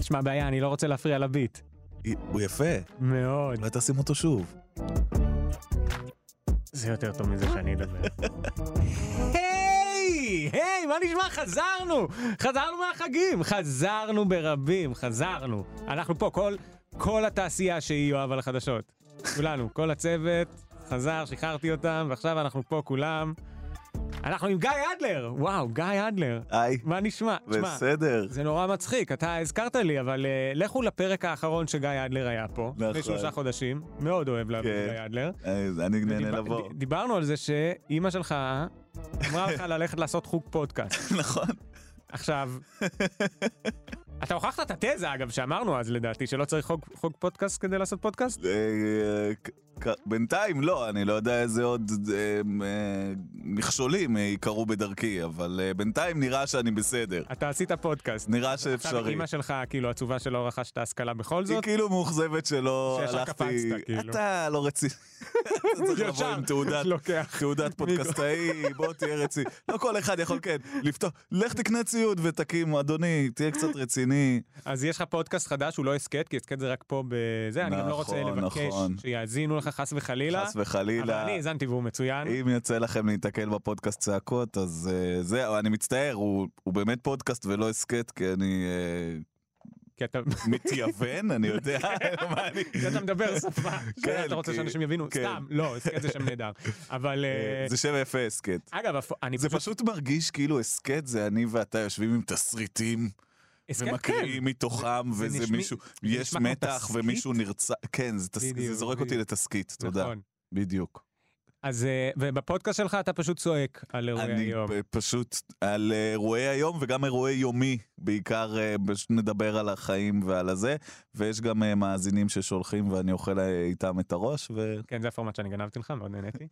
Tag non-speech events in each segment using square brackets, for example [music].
שמע בעיה, אני לא רוצה להפריע לביט. הוא יפה, מאוד. אולי תשים אותו שוב. זה יותר טוב מזה שאני אדבר. היי, היי, מה נשמע? חזרנו! חזרנו מהחגים! חזרנו ברבים, חזרנו. אנחנו פה, כל, כל התעשייה שהיא יואב על החדשות. כולנו, כל הצוות, חזר, שחררתי אותם, ועכשיו אנחנו פה כולם. אנחנו עם גיא אדלר! וואו, גיא אדלר. היי, מה נשמע? תשמע, בסדר. זה נורא מצחיק, אתה הזכרת לי, אבל אה, לכו לפרק האחרון שגיא אדלר היה פה, נכון. לפני שלושה חודשים, מאוד אוהב להביא כן. את גיא אדלר. אה, אני נהנה ודיבר- לבוא. [laughs] ד- דיברנו על זה שאימא שלך אמרה [laughs] לך ללכת לעשות חוג פודקאסט. נכון. עכשיו, אתה הוכחת את התזה אגב שאמרנו אז לדעתי שלא צריך חוג, חוג פודקאסט כדי לעשות פודקאסט? אה, ק- ק- בינתיים לא, אני לא יודע איזה עוד אה, אה, מכשולים אה, יקרו בדרכי, אבל אה, בינתיים נראה שאני בסדר. אתה עשית פודקאסט. נראה עכשיו שאפשרי. אימא שלך כאילו עצובה שלא רכשת השכלה בכל היא זאת. כאילו מאוכזבת שלא שישר הלכתי... קפצת, כאילו. לא. אתה לא רציני. [laughs] אתה צריך לבוא עם תעודת... לוקח. [laughs] תעודת פודקאסטאי, בוא תהיה רציני. לא כל אחד יכול, כן, לפתוח, לך תקנה ציוד ותקים, אדוני, תהיה קצת רציני. אז יש לך פודקאסט חדש, הוא לא הסכת, כי הסכת זה רק פה בזה, אני גם לא רוצה נכון, לבקש נכון. שיאזינו לך חס וחלילה. חס אבל וחלילה. אני האזנתי והוא מצוין. אם יוצא לכם להיתקל בפודקאסט צעקות, אז אה, זהו, אני מצטער, הוא הוא באמת פודקאסט ולא הסכת, כי אני אה, כי אתה [laughs] מתייוון, אני יודע מה אני... כי אתה מדבר שפה, כן, שאתה רוצה כי- שאנשים יבינו, כן. סתם, לא, הסכת זה שם נהדר. אבל אה, אה, זה שם יפה, הסכת. אגב, הפ- אני זה פשוט, פשוט מרגיש כאילו הסכת זה אני ואתה יושבים עם תסריטים הסכת כן, ומקריאים מתוכם זה וזה נשמע- מישהו, זה יש נשמע כמו מתח תסכית? ומישהו נרצה, כן, זה תס- בדיוק, זה זורק אותי בדיוק. לתסכית, תודה, נכון. בדיוק. אז אה, ובפודקאסט שלך אתה פשוט צועק על אירועי אני היום. פ- פשוט על אה, אירועי היום וגם אירועי יומי, בעיקר אה, בש- נדבר על החיים ועל הזה, ויש גם אה, מאזינים ששולחים ואני אוכל אה, איתם את הראש, [laughs] ו... כן, זה הפורמט שאני גנבתי לך, מאוד [laughs] נהניתי.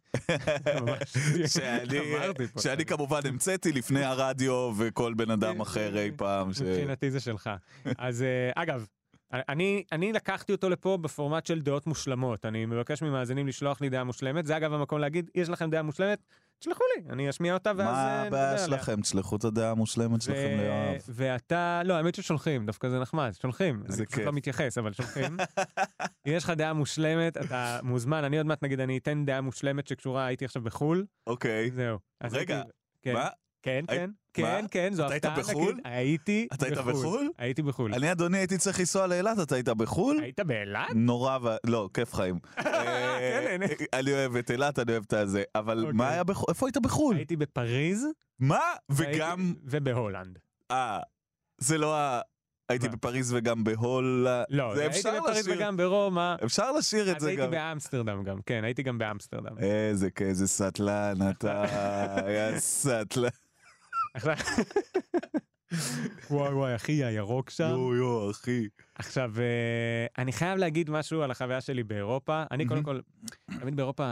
ממש. שאני, אמרתי פה, שאני כמובן המצאתי לפני הרדיו וכל בן אדם אחר אי פעם. ש- מבחינתי זה שלך. אז אה, אגב, אני, אני לקחתי אותו לפה בפורמט של דעות מושלמות. אני מבקש ממאזינים לשלוח לי דעה מושלמת. זה אגב המקום להגיד, יש לכם דעה מושלמת? תשלחו לי, אני אשמיע אותה ואז... אה, מה נדבר הבעיה עליה. שלכם? תשלחו את הדעה המושלמת שלכם ליואב. ואתה, לא, האמת ששולחים, דווקא זה נחמד, שולחים. זה אני פשוט כיף. לא מתייחס, אבל שולחים. אם יש לך דעה מושלמת, אתה מוזמן, אני עוד מעט נגיד, אני אתן דעה מושלמת שקשורה, הייתי עכשיו בחו"ל, אוקיי. זהו. אז רגע, הייתי- כן, מה? כן, הי- כן, כן, מה? כן, זו אתה היית הפתעה בחו"ל? נגיד. הייתי אתה היית בחו"ל? הייתי בחו"ל. אני אדוני הייתי צריך לנסוע לאילת, אתה היית בחול? היית באילת? נורא ו... לא, כיף חיים. כן, נכון. אה, הנה. אני אוהב את אילת, אני אוהב את הזה. אבל אוקיי. מה היה בחו"ל? איפה היית בחו"ל? הייתי בפריז. מה? הייתי- וגם... ובהולנד. אה, זה לא ה... הייתי מה? בפריז וגם בהול... לא, אה, זה הייתי אפשר בפריז לשיר. וגם ברומא. אפשר לשיר את אז זה הייתי גם. אה. באמסטרדם גם, כן, הייתי גם באמסטרדם. איזה כאיזה [laughs] סטלן אתה, יא סטלן. עכשיו- וואי וואי אחי הירוק שם. יו יו אחי. עכשיו אה, אני חייב להגיד משהו על החוויה שלי באירופה. אני קודם כל, תמיד באירופה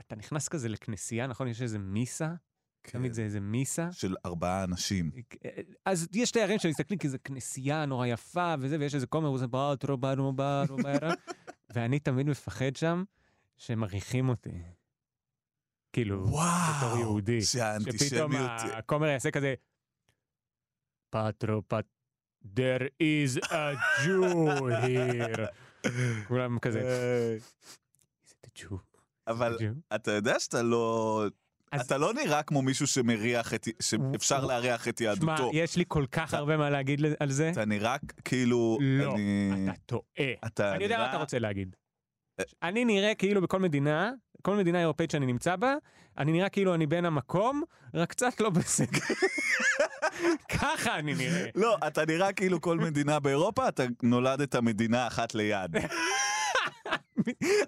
אתה נכנס כזה לכנסייה נכון יש איזה מיסה כן. תמיד זה איזה מיסה. של ארבעה אנשים. אז יש תיירים שמסתכלים כי זו כנסייה נורא יפה וזה ויש איזה כומר וזה באטרו באנו באטרו [laughs] באטרו ואני תמיד מפחד שם שמריחים אותי. כאילו בתור וואו, יהודי. שפתאום [laughs] שהאנטישמיות... הכומר יעשה כזה פטרו פט... There is a Jew [laughs] here. כולם כזה, אה, is it a Jew? אבל Jew?" אתה יודע שאתה לא... אז- אתה לא נראה כמו מישהו שמריח את... שאפשר להריח את שמע, יהדותו. יש לי כל כך אתה- הרבה מה להגיד ל- על זה. אתה נראה כ- כאילו... כן. לא, אני- אתה טועה. אתה אני יודע מה נראה- אתה רוצה להגיד. אה. אני נראה כאילו בכל מדינה, כל מדינה אירופאית שאני נמצא בה, אני נראה כאילו אני בן המקום, רק קצת לא בסדר. [laughs] ככה אני נראה. לא, אתה נראה כאילו כל מדינה באירופה, אתה נולדת מדינה [laughs] אחת ליד.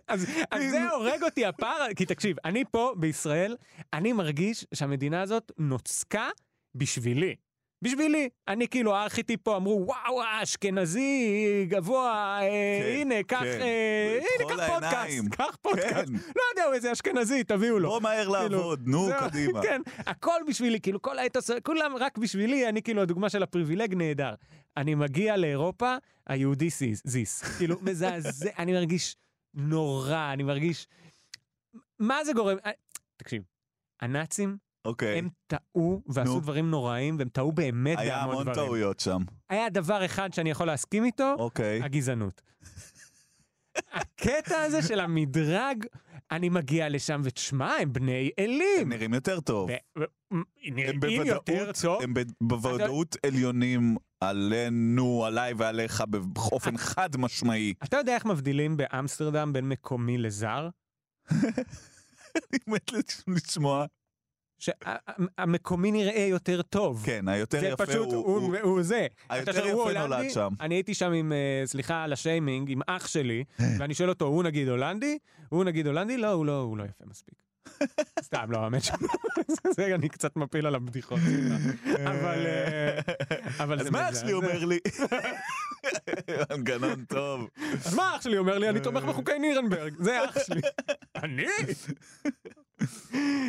אז אז זה הורג אותי הפער, כי תקשיב, אני פה בישראל, אני מרגיש שהמדינה הזאת נוצקה בשבילי. בשבילי, אני כאילו הארכיטיפ פה אמרו וואו אשכנזי גבוה, אה, כן, הנה קח, כן. אה, הנה כל קח פודקאסט, העיניים. קח פודקאסט, כן. לא יודע הוא איזה אשכנזי תביאו לו. בוא מהר כאילו, לעבוד, נו, זהו, קדימה. [laughs] כן, הכל בשבילי, כאילו כל האתוס, כולם רק בשבילי, אני כאילו הדוגמה של הפריבילג נהדר. [laughs] אני מגיע לאירופה, היהודי זיס, זיס. כאילו מזעזע, אני מרגיש נורא, אני מרגיש... מה זה גורם? אה, תקשיב, הנאצים, אוקיי. הם טעו ועשו נו. דברים נוראים, והם טעו באמת היה בהמון המון דברים. טעויות שם. היה דבר אחד שאני יכול להסכים איתו, אוקיי. הגזענות. הקטע הזה של המדרג, אני מגיע לשם, ותשמע, הם בני הם אלים. נראים יותר טוב. ו- ו- הם נראים בוודאות- יותר טוב. הם ב- בוודאות עליונים עלינו, עליי ועליך [laughs] באופן חד משמעי. אתה יודע איך מבדילים באמסטרדם בין מקומי לזר? אני מת לשמוע. שהמקומי נראה יותר טוב. כן, היותר זה יפה פשוט, הוא... הוא- הוא- הוא זה. אתה היותר שואל, הוא יפה הולנדי? נולד שם. אני הייתי שם עם, אה, סליחה על השיימינג, עם אח שלי, אה. ואני שואל אותו, הוא נגיד הולנדי? הוא נגיד הולנדי? לא, הוא לא, הוא לא יפה מספיק. [laughs] סתם, לא, האמת ש... [laughs] זה אני קצת מפיל על הבדיחות. סליחה. אבל... אה, אבל אז זה מה אח מזעזע. שלי אומר לי? מנגנון טוב. אז מה אח שלי אומר לי? אני תומך בחוקי נירנברג. זה אח [laughs] שלי. אני?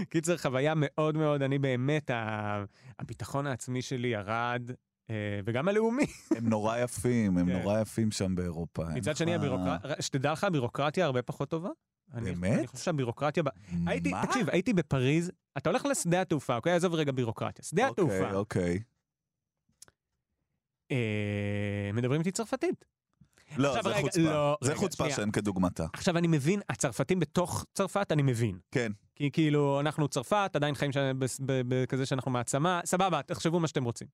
קיצר, חוויה מאוד מאוד, אני באמת, ה- הביטחון העצמי שלי ירד, אה, וגם [laughs] הלאומי. הם נורא יפים, הם כן. נורא יפים שם באירופה. אין מצד לך- שני, הבירוקרטיה, שתדע לך, הבירוקרטיה הרבה פחות טובה. אני- באמת? אני חושב שהבירוקרטיה... ב- הייתי, מה? אוקיי, תקשיב, הייתי בפריז, אתה הולך לשדה התעופה, אוקיי? עזוב רגע בירוקרטיה. שדה התעופה, אוקיי, אוקיי. אה, מדברים איתי צרפתית. לא, עכשיו זה רגע, חוצפה. לא, זה רגע, חוצפה שנייה. שאין כדוגמתה. עכשיו אני מבין, הצרפתים בתוך צרפת, אני מבין. כן. כי כאילו, אנחנו צרפת, עדיין חיים שם בס- ב- בכזה שאנחנו מעצמה, סבבה, תחשבו מה שאתם רוצים.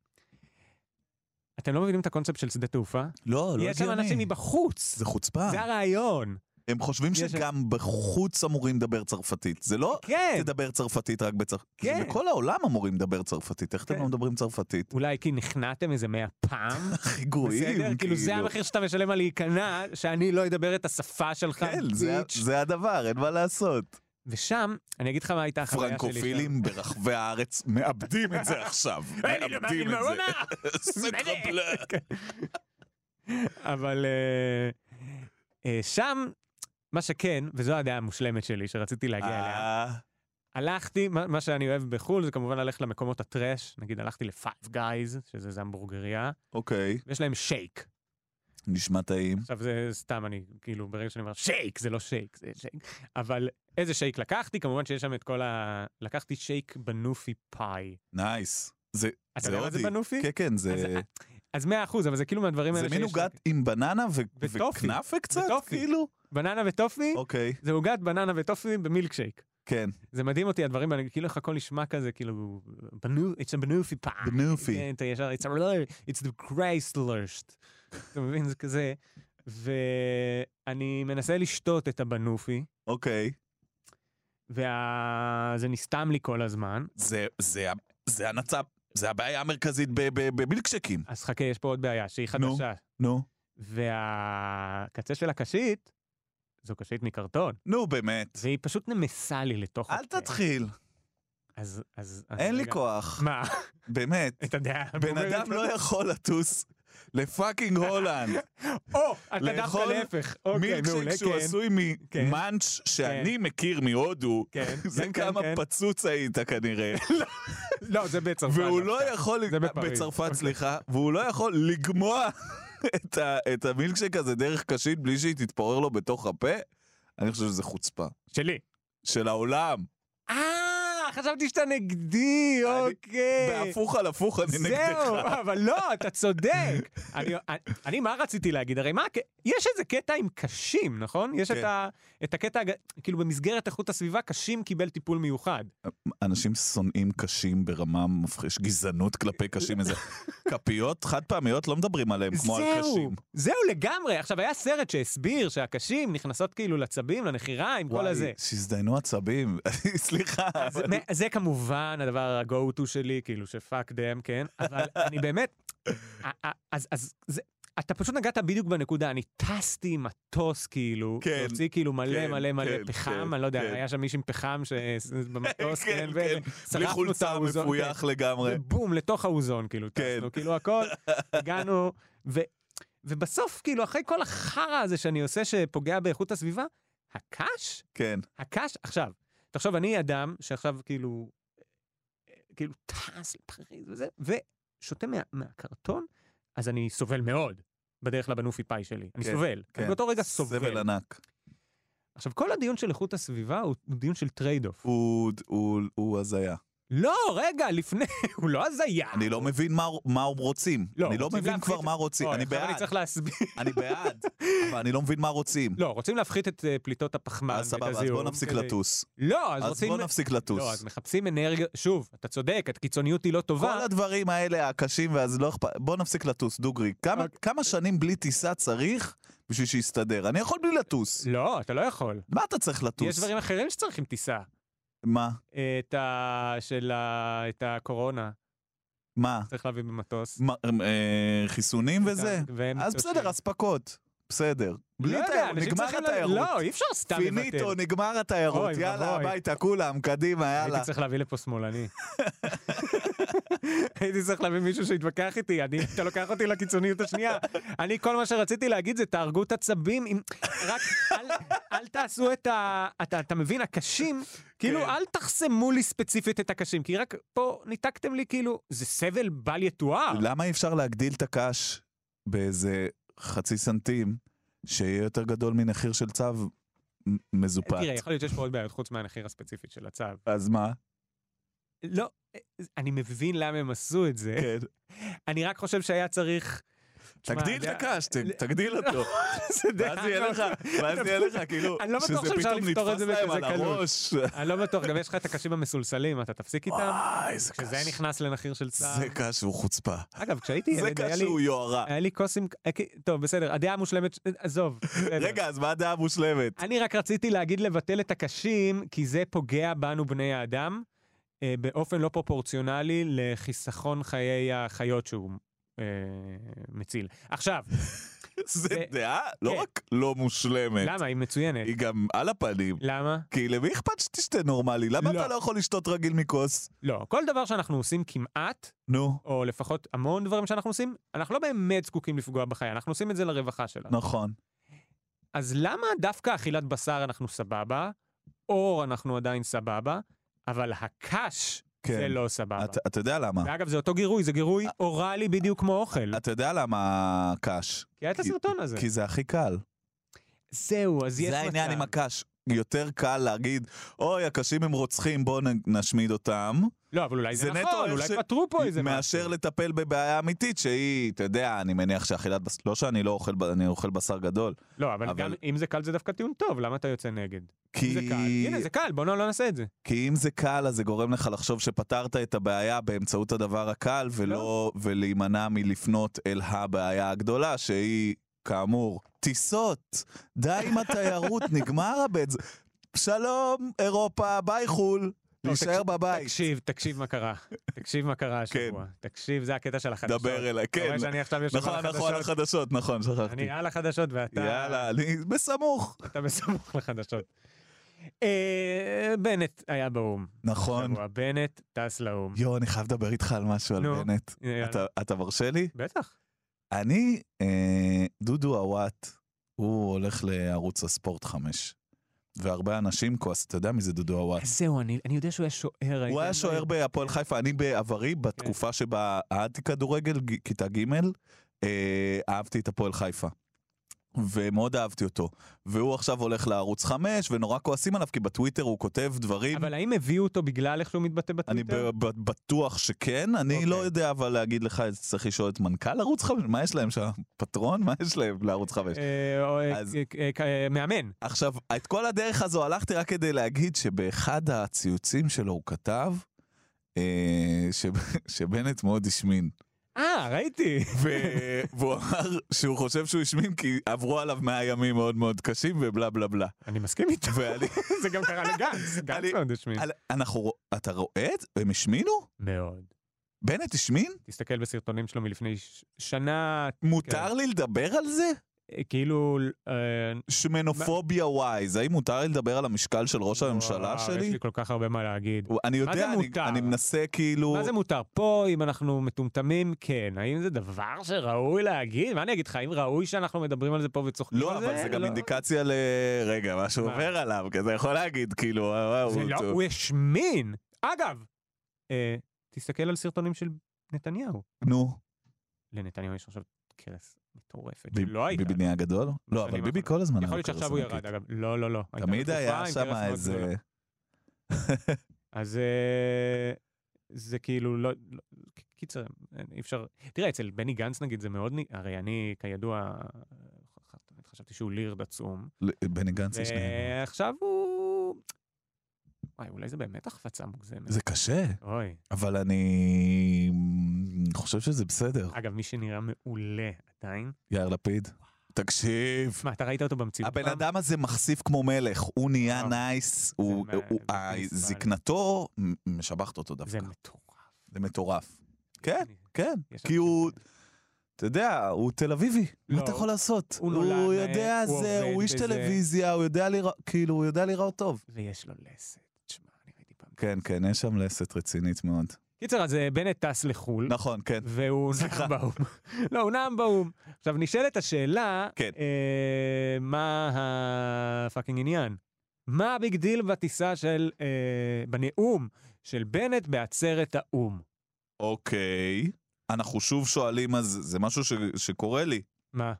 אתם לא מבינים את הקונספט של שדה תעופה? לא, לא יש שם אנשים הגיוני. מבחוץ, זה חוצפה. זה הרעיון. הם חושבים יש- שגם בחוץ אמורים לדבר צרפתית. זה לא כן, תדבר צרפתית רק בצרפתית. כן. בכל העולם אמורים לדבר צרפתית. איך אתם כן. לא מדברים צרפתית? [laughs] אולי כי נכנעתם איזה מאה פעם, הכי גרועים, בסדר? כאילו זה המחיר שאתה משלם על להיכנע, שאני לא אדבר את השפה שלך, כן, זה- ביץ'. זה הדבר, אין מה לעשות. ושם, אני אגיד לך מה הייתה החוויה שלי. שם. פרנקופילים ברחבי הארץ מאבדים את זה [laughs] עכשיו. אני לא מאמין מאבדים [laughs] מה את הוא זה. אומר. סקרבלה. אבל אה, אה, שם, מה שכן, וזו הדעה המושלמת שלי שרציתי להגיע אליה, אה, הלכתי, מה, מה שאני אוהב בחו"ל זה כמובן ללכת למקומות הטרש, נגיד הלכתי לפייב גייז, שזה זה המבורגריה, אוקיי, ויש להם שייק. נשמע טעים. עכשיו זה סתם, אני כאילו, ברגע שאני אומר שייק, זה לא שייק, זה שייק. אבל איזה שייק לקחתי? כמובן שיש שם את כל ה... לקחתי שייק בנופי פאי. נייס. זה אתה זה יודע מה זה הודי. בנופי? כן, כן, זה אז- אז מאה אחוז, אבל זה כאילו מהדברים זה האלה מין שיש- עוגת עם בננה ו- וטופי. וכנאפה קצת, וטופי. כאילו? בננה וטופי, אוקיי, זה עוגת בננה וטופי במילקשייק. כן. זה מדהים אותי הדברים האלה, כאילו איך הכל נשמע כזה, כאילו, בנו, it's a בנופי פעם. בנופי. כן, אתה ישר, it's a it's the Chryslerst. [laughs] אתה מבין, זה כזה. ואני מנסה לשתות את הבנופי, אוקיי. וזה נסתם לי כל הזמן. זה- זה ה- זה הנצב, זה הבעיה המרכזית ב- ב- במילקשקים. אז חכה, יש פה עוד בעיה, שהיא נו. חדשה. נו. והקצה של הקשית, זו קשית מקרטון, נו, באמת. והיא פשוט נמסה לי לתוך... אל הפה. תתחיל, אז, אז... אז אין לי אוקיי. אה, רגע. כוח. מה? [laughs] אה, באמת. אתה יודע, בן אדם לא יכול לטוס לפאקינג הולנד. [laughs] או, אתה דווקא לאכול להפך. אוקיי, מעולה, מילקשייק שהוא כן. עשוי כן. ממאנץ' שאני מכיר [laughs] מהודו, כן, זה כן, כן, כמה כן. פצוץ היית [laughs] כנראה, לא, זה בצרפת. והוא דווקא. לא יכול, זה בפריז. בצרפת אוקיי. סליחה, והוא לא יכול לגמוע [laughs] את ה- את המילקשייק הזה דרך קשית בלי שהיא תתפורר לו בתוך הפה, אני חושב שזה חוצפה. שלי. של העולם, אה, חשבתי שאתה נגדי, אני- אוקיי. בהפוך על הפוך אני זהו, [laughs] נגדך. אבל לא, אתה [laughs] צודק. אני- אני, מה רציתי להגיד? הרי מה, הק- יש איזה קטע עם קשים, נכון? יש את כן. ה- את הקטע, הג- כאילו במסגרת איכות הסביבה, קשים קיבל טיפול מיוחד. אנשים שונאים קשים ברמה מפחיש, גזענות כלפי [laughs] קשים איזה. כפיות חד פעמיות לא מדברים עליהם כמו על זהו, קשים. זהו לגמרי. עכשיו, היה סרט שהסביר שהקשים נכנסות כאילו לצבים, לנחיריים, כל הזה. וואי, שהזדיינו עצבים, [laughs] סליחה. אז אבל- מ- זה כמובן הדבר ה-go to שלי, כאילו שפאק דם, כן? אבל [laughs] אני באמת, א- א- אז, אז זה, אתה פשוט נגעת בדיוק בנקודה, אני טסתי עם מטוס כאילו, כן, להוציא כאילו מלא כן, מלא מלא כן, פחם, כן, אני לא יודע, כן. היה שם מישהו עם פחם ש- במטוס, [laughs] כן, כן, כן, בלי ושרפנו את חולצה האוזון, כן. מפויח לגמרי. בום, לתוך האוזון, כאילו, כן. טסנו, כאילו [laughs] הכל, הגענו, ו, ובסוף, כאילו, אחרי כל החרא הזה שאני עושה שפוגע באיכות הסביבה, הקש כן, הקש, עכשיו, תחשוב, אני אדם שעכשיו כאילו, אה, כאילו טס לפריז וזה, ושותה מה, מהקרטון, אז אני סובל מאוד בדרך לבנופי פאי שלי. אני כן, סובל. כן. אני באותו רגע סבל סובל. ענק. עכשיו, כל הדיון של איכות הסביבה הוא הוא דיון של טרייד אוף. הוא- הוא- הוא הזיה. לא, רגע, לפני, [laughs] הוא לא הזיה. אני לא מבין מה- מה הם רוצים. לא, אני לא רוצים מבין להפחית- כבר מה רוצים. אוי, אני עכשיו בעד, אני צריך להסביר. [laughs] אני בעד, אבל אני לא מבין מה רוצים. לא, רוצים להפחית את אה, פליטות הפחמן ואת אז הזיהום. סבבה, אז בוא נפסיק כדי- לטוס. לא, אז אז רוצים... בוא נפסיק לטוס. לא, אז מחפשים אנרגיה, שוב, אתה צודק, הקיצוניות היא לא טובה. כל הדברים האלה הקשים, ואז לא אכפת, בוא נפסיק לטוס, דוגרי. כמה, אוקיי. כמה שנים בלי טיסה צריך בשביל שיסתדר? אני יכול בלי לטוס. לא, אתה לא יכול. מה אתה צריך לטוס? יש דברים אחרים שצריכים טיסה. מה? את ה... של ה... את הקורונה, מה? צריך להביא במטוס. מה אה, חיסונים וזה? והם אז מתאוששים. בסדר, אספקות. בסדר. בלי לא יודע, תיירות, אנשים נגמר צריכים ל- התיירות. לא, אי אפשר סתם לוותר. פיניטו, נגמר התיירות. אוי יאללה, ואבוי. הביתה, כולם, קדימה, יאללה. הייתי צריך להביא לפה [laughs] שמאלני. הייתי צריך להביא מישהו שיתווכח איתי, אני, אתה לוקח אותי לקיצוניות השנייה. אני, כל מה שרציתי להגיד זה תהרגו את הצבים, עם... רק אל, אל תעשו את ה... אתה, אתה מבין, הקשים, כאילו כן. אל תחסמו לי ספציפית את הקשים, כי רק פה ניתקתם לי כאילו, זה סבל בל יתואר. למה אי אפשר להגדיל את הקש באיזה חצי סנטים, שיהיה יותר גדול ממחיר של צו מ- מזופת? תראה, יכול להיות שיש פה עוד בעיות חוץ מהמחיר הספציפי של הצו. [laughs] אז מה? לא, אני מבין למה הם עשו את זה, כן. אני רק חושב שהיה צריך... תשמע, תגדיל את זה- לא. הקש, ת- תגדיל אותו. [laughs] זה די לא נכון. ואז יהיה לך, ואז יהיה לך, כאילו, [laughs] אני לא בטוח שזה שאפשר פתאום לפתור את זה נתפס להם בכזה על קלות. הראש. אני לא בטוח, גם יש לך את הקשים המסולסלים, אתה תפסיק איתם? וואי, איזה כשזה קש. נכנס לנחיר של צה"ל. זה קש שהוא חוצפה. אגב, כשהייתי זה ילד, היה קש לי... שהוא יוהרה. היה לי כוס עם... אה, טוב, בסדר, הדעה המושלמת... עזוב. בסדר. רגע, אז מה הדעה המושלמת? אני רק רציתי להגיד לבטל את הקשים, כי זה פוגע בנו, בני האדם, אה, באופן לא פרופורציונלי לחיסכון חיי החיות שהוא אה, מציל. עכשיו, זה זה- דעה לא כן. רק לא מושלמת, למה? היא מצוינת. היא גם על הפנים. למה? כי למי אכפת שתשתה נורמלי? למה לא. אתה לא יכול לשתות רגיל מכוס? לא, כל דבר שאנחנו עושים כמעט, נו, או לפחות המון דברים שאנחנו עושים, אנחנו לא באמת זקוקים לפגוע בחיה, אנחנו עושים את זה לרווחה שלנו. נכון. אז למה דווקא אכילת בשר אנחנו סבבה, אור אנחנו עדיין סבבה, אבל הקש כן. זה לא סבבה. אתה- אה. אתה יודע למה? ואגב, זה אותו גירוי, זה גירוי אוראלי בדיוק כמו אוכל. אתה יודע למה הקש? כי היה את אה, כי- הסרטון הזה. כי זה הכי קל. זהו, אז יש מצב. זה העניין עם הקש. יותר קל להגיד, אוי, הקשים הם רוצחים, בואו נ- נשמיד אותם, לא, אבל אולי זה זה נטו נכון, איך אולי ש- פתרו פה איזה משהו. מאשר לטפל בבעיה אמיתית שהיא, אתה יודע, אני מניח שאכילת בשר, לא שאני לא אוכל, ב- אני אוכל בשר גדול. לא, אבל אבל- גם אם זה קל זה דווקא טיעון טוב, למה אתה יוצא נגד? כי... זה קל. הנה, זה קל, בוא לא לא נעשה את זה. כי אם זה קל, אז זה גורם לך לחשוב שפתרת את הבעיה באמצעות הדבר הקל, לא. ולא, ולהימנע מלפנות אל הבעיה הגדולה, שהיא, כאמור, טיסות. די [laughs] עם התיירות, נגמר הבית. שלום, אירופה, ביי חו"ל, לא, להישאר בבית. תקשיב, תקשיב מה קרה. תקשיב מה קרה השבוע. תקשיב, זה הקטע של החדשות. כן. דבר אליי, אתה כן. רואה שאני עכשיו יושב נכון, על אנחנו על החדשות. החדשות, נכון, שכחתי. אני על החדשות ואתה... יאללה, אני בסמוך. אתה בסמוך לחדשות. אה, בנט היה באו"ם. נכון. השבוע. בנט טס לאו"ם. יואו, אני חייב לדבר איתך על משהו, על נו. בנט. יאללה. אתה- אתה מרשה לי? בטח. אני, אה, דודו עוואט, הוא הולך לערוץ הספורט 5. והרבה אנשים כועס, אתה יודע מי זה דודו עוואט? זהו, אני אני יודע שהוא היה שוער. אה. הוא היה שוער בהפועל חיפה, אני בעברי, כן. בתקופה שבה אהדתי כדורגל, ג- כיתה ג', אה, אהבתי את הפועל חיפה. ומאוד אהבתי אותו. והוא עכשיו הולך לערוץ 5, ונורא כועסים עליו, כי בטוויטר הוא כותב דברים... אבל האם הביאו אותו בגלל איך שהוא מתבטא אני בטוויטר? ב- ב- בטוח שכן, אני אוקיי. לא יודע אבל להגיד לך, צריך לשאול את מנכ"ל ערוץ 5, מה יש להם שם? פטרון? מה יש להם לערוץ 5? אה, או, אה, אז- אה, אה, אה, מאמן. עכשיו, את כל הדרך הזו הלכתי רק כדי להגיד שבאחד הציוצים שלו הוא כתב אה, ש... שבנט מאוד השמין. אה, ראיתי. [laughs] ו... והוא אמר שהוא חושב שהוא השמין כי עברו עליו 100 ימים מאוד מאוד קשים ובלה בלה בלה. אני מסכים איתו. [laughs] ואני... זה גם קרה לגנץ. גנץ אני- מאוד השמין. על- אנחנו... רוא- אתה רואה את זה? הם השמינו? מאוד. בנט השמין? תסתכל בסרטונים שלו מלפני ש- שנה, כן. מותר לי לדבר על זה? אה, כאילו... אה, שמנופוביה ווייז, האם מותר לי לדבר על המשקל של ראש הממשלה וואו, לא, אה, יש שלי? לי כל כך הרבה מה להגיד. אני זה יודע, אני- מותר? אני מנסה כאילו... מה זה מותר? פה, אם אנחנו מטומטמים, כן. האם זה דבר שראוי להגיד? מה אני אגיד לך, האם ראוי שאנחנו מדברים על זה פה וצוחקים לא, על זה? אבל זה גם לא. אינדיקציה ל... רגע, מה שהוא מה? עובר עליו, כי אתה יכול להגיד, כאילו, וואו, וואו, זה לא, טוב. הוא השמין. אגב, אה, תסתכל על סרטונים של נתניהו. נו, לנתניהו יש עכשיו קרס מטורפת, ב- שלא הייתה. ביבי נהיה גדול? לא, אבל בשנים ביבי האחרונות. כל הזמן יכול היה להיות שעכשיו הוא קרסנקית. ירד, אגב. לא, לא, לא. הייתה כאילו, תמיד לו תקופה היה עם שם קרס מאוד גדולה. איזה... אז אה, זה כאילו לא, לא ק- קיצר, אין- אי אפשר, תראה, אצל בני גנץ נגיד זה מאוד, נ- הרי אני כידוע, אה, ח- ח- חשבתי שהוא לירד עצום, ל- לא, בני גנץ יש להם. ועכשיו הוא... וואי, אולי זה באמת החפצה מוגזמת. זה קשה, אוי. אבל אני חושב שזה בסדר. אגב, מי שנראה מעולה עדיין, יאיר לפיד, תקשיב. מה, אתה ראית אותו במציאות הבן כאילו, פעם? אדם הזה מחשיף כמו מלך, הוא נהיה וואו. נייס, הוא- מה- הוא- זה ה- נסבל. זקנתו מ- משבחת אותו זה דווקא. מטורף. זה מטורף. כן, אני- כן, יש כי אנשים הוא, אתה יודע, הוא תל אביבי, מה לא, אתה יכול לעשות? הוא נולד הוא נאה, יודע הוא זה, עובד הוא איש בזה. טלוויזיה, הוא יודע להירא- כאילו, הוא יודע להיראות טוב. ויש לו לסת. תשמע, אני ראיתי פעם. כן, כן, יש שם לסת רצינית מאוד. קיצר, אז אה, בנט טס לחו"ל. נכון, כן. והוא סליחה. נאם באו"ם. לא, הוא נאם באו"ם. עכשיו, נשאלת השאלה, כן. אה, מה הפאקינג עניין? מה הביג דיל בטיסה של, אה, בנאום של בנט בעצרת האו"ם? אוקיי, אנחנו שוב שואלים, אז זה משהו ש- שקורה לי. מה,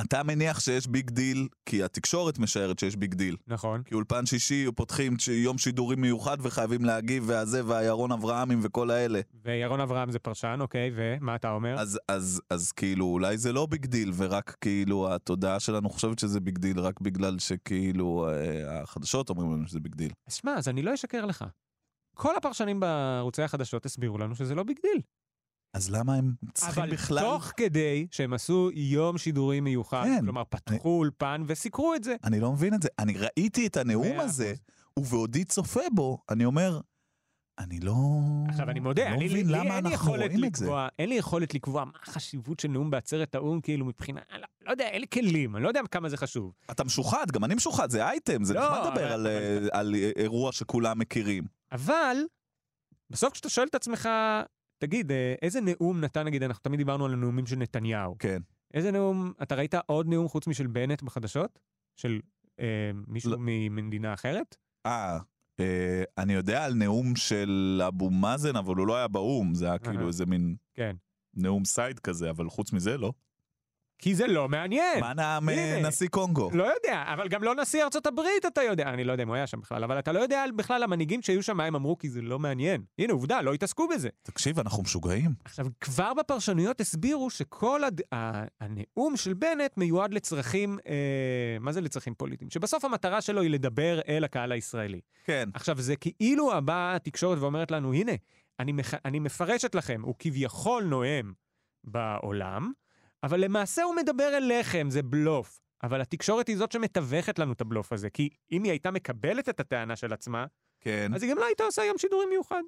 אתה מניח שיש ביג דיל, כי התקשורת משערת שיש ביג דיל. נכון? כי אולפן שישי פותחים ש- יום שידורים מיוחד וחייבים להגיב והזה והירון אברהמים וכל האלה. וירון אברהם זה פרשן, אוקיי, ומה אתה אומר? אז, אז, אז כאילו אולי זה לא ביג דיל ורק כאילו התודעה שלנו חושבת שזה ביג דיל רק בגלל שכאילו אה, החדשות אומרים לנו שזה ביג דיל. אז שמע, אז אני לא אשקר לך. כל הפרשנים בערוצי החדשות הסבירו לנו שזה לא ביג דיל. אז למה הם צריכים אבל בכלל? תוך כדי שהם עשו יום שידורים מיוחד, כן. כלומר, פתחו אולפן וסיקרו את זה. אני לא מבין את זה. אני ראיתי את הנאום מאה הזה אחוז. ובעודי צופה בו אני אומר אני לא... עכשיו, אני מודה, לא אני, לי, מבין לי למה אין, אנחנו יכולת רואים את זה. לקבוע, אין לי יכולת לקבוע מה החשיבות של נאום בעצרת האו"ם, כאילו מבחינה, אני לא, לא יודע, אין לי כלים, אני לא יודע כמה זה חשוב. אתה משוחד, גם אני משוחד, זה אייטם, זה לא, נחמד לדבר אבל- על, אה, על אירוע שכולם מכירים. אבל, בסוף כשאתה שואל את עצמך, תגיד, אה, איזה נאום נתן, נגיד, אנחנו תמיד דיברנו על הנאומים של נתניהו. כן. איזה נאום, אתה ראית עוד נאום חוץ משל בנט בחדשות? של אה, מישהו לא. ממדינה אחרת? אה, אה, אני יודע על נאום של אבו מאזן, אבל הוא לא היה באו"ם, זה היה אהה. כאילו איזה מין כן. נאום סייד כזה, אבל חוץ מזה לא. כי זה לא מעניין. מה נאם אה, הנה. נשיא קונגו? לא יודע, אבל גם לא נשיא ארצות הברית אתה יודע, אני לא יודע אם הוא היה שם בכלל, אבל אתה לא יודע על בכלל המנהיגים שהיו שם מה הם אמרו כי זה לא מעניין. הנה עובדה, לא התעסקו בזה. תקשיב, אנחנו משוגעים. עכשיו, כבר בפרשנויות הסבירו שכל הד... ה... הנאום של בנט מיועד לצרכים, אה... מה זה לצרכים פוליטיים? שבסוף המטרה שלו היא לדבר אל הקהל הישראלי. כן. עכשיו, זה כאילו הבאה התקשורת ואומרת לנו, הנה, אני, מח... אני מפרשת לכם, הוא כביכול נואם בעולם, אבל למעשה הוא מדבר אליכם, זה בלוף. אבל התקשורת היא זאת שמתווכת לנו את הבלוף הזה, כי אם היא הייתה מקבלת את הטענה של עצמה, כן. אז היא גם לא הייתה עושה יום שידורים מיוחד.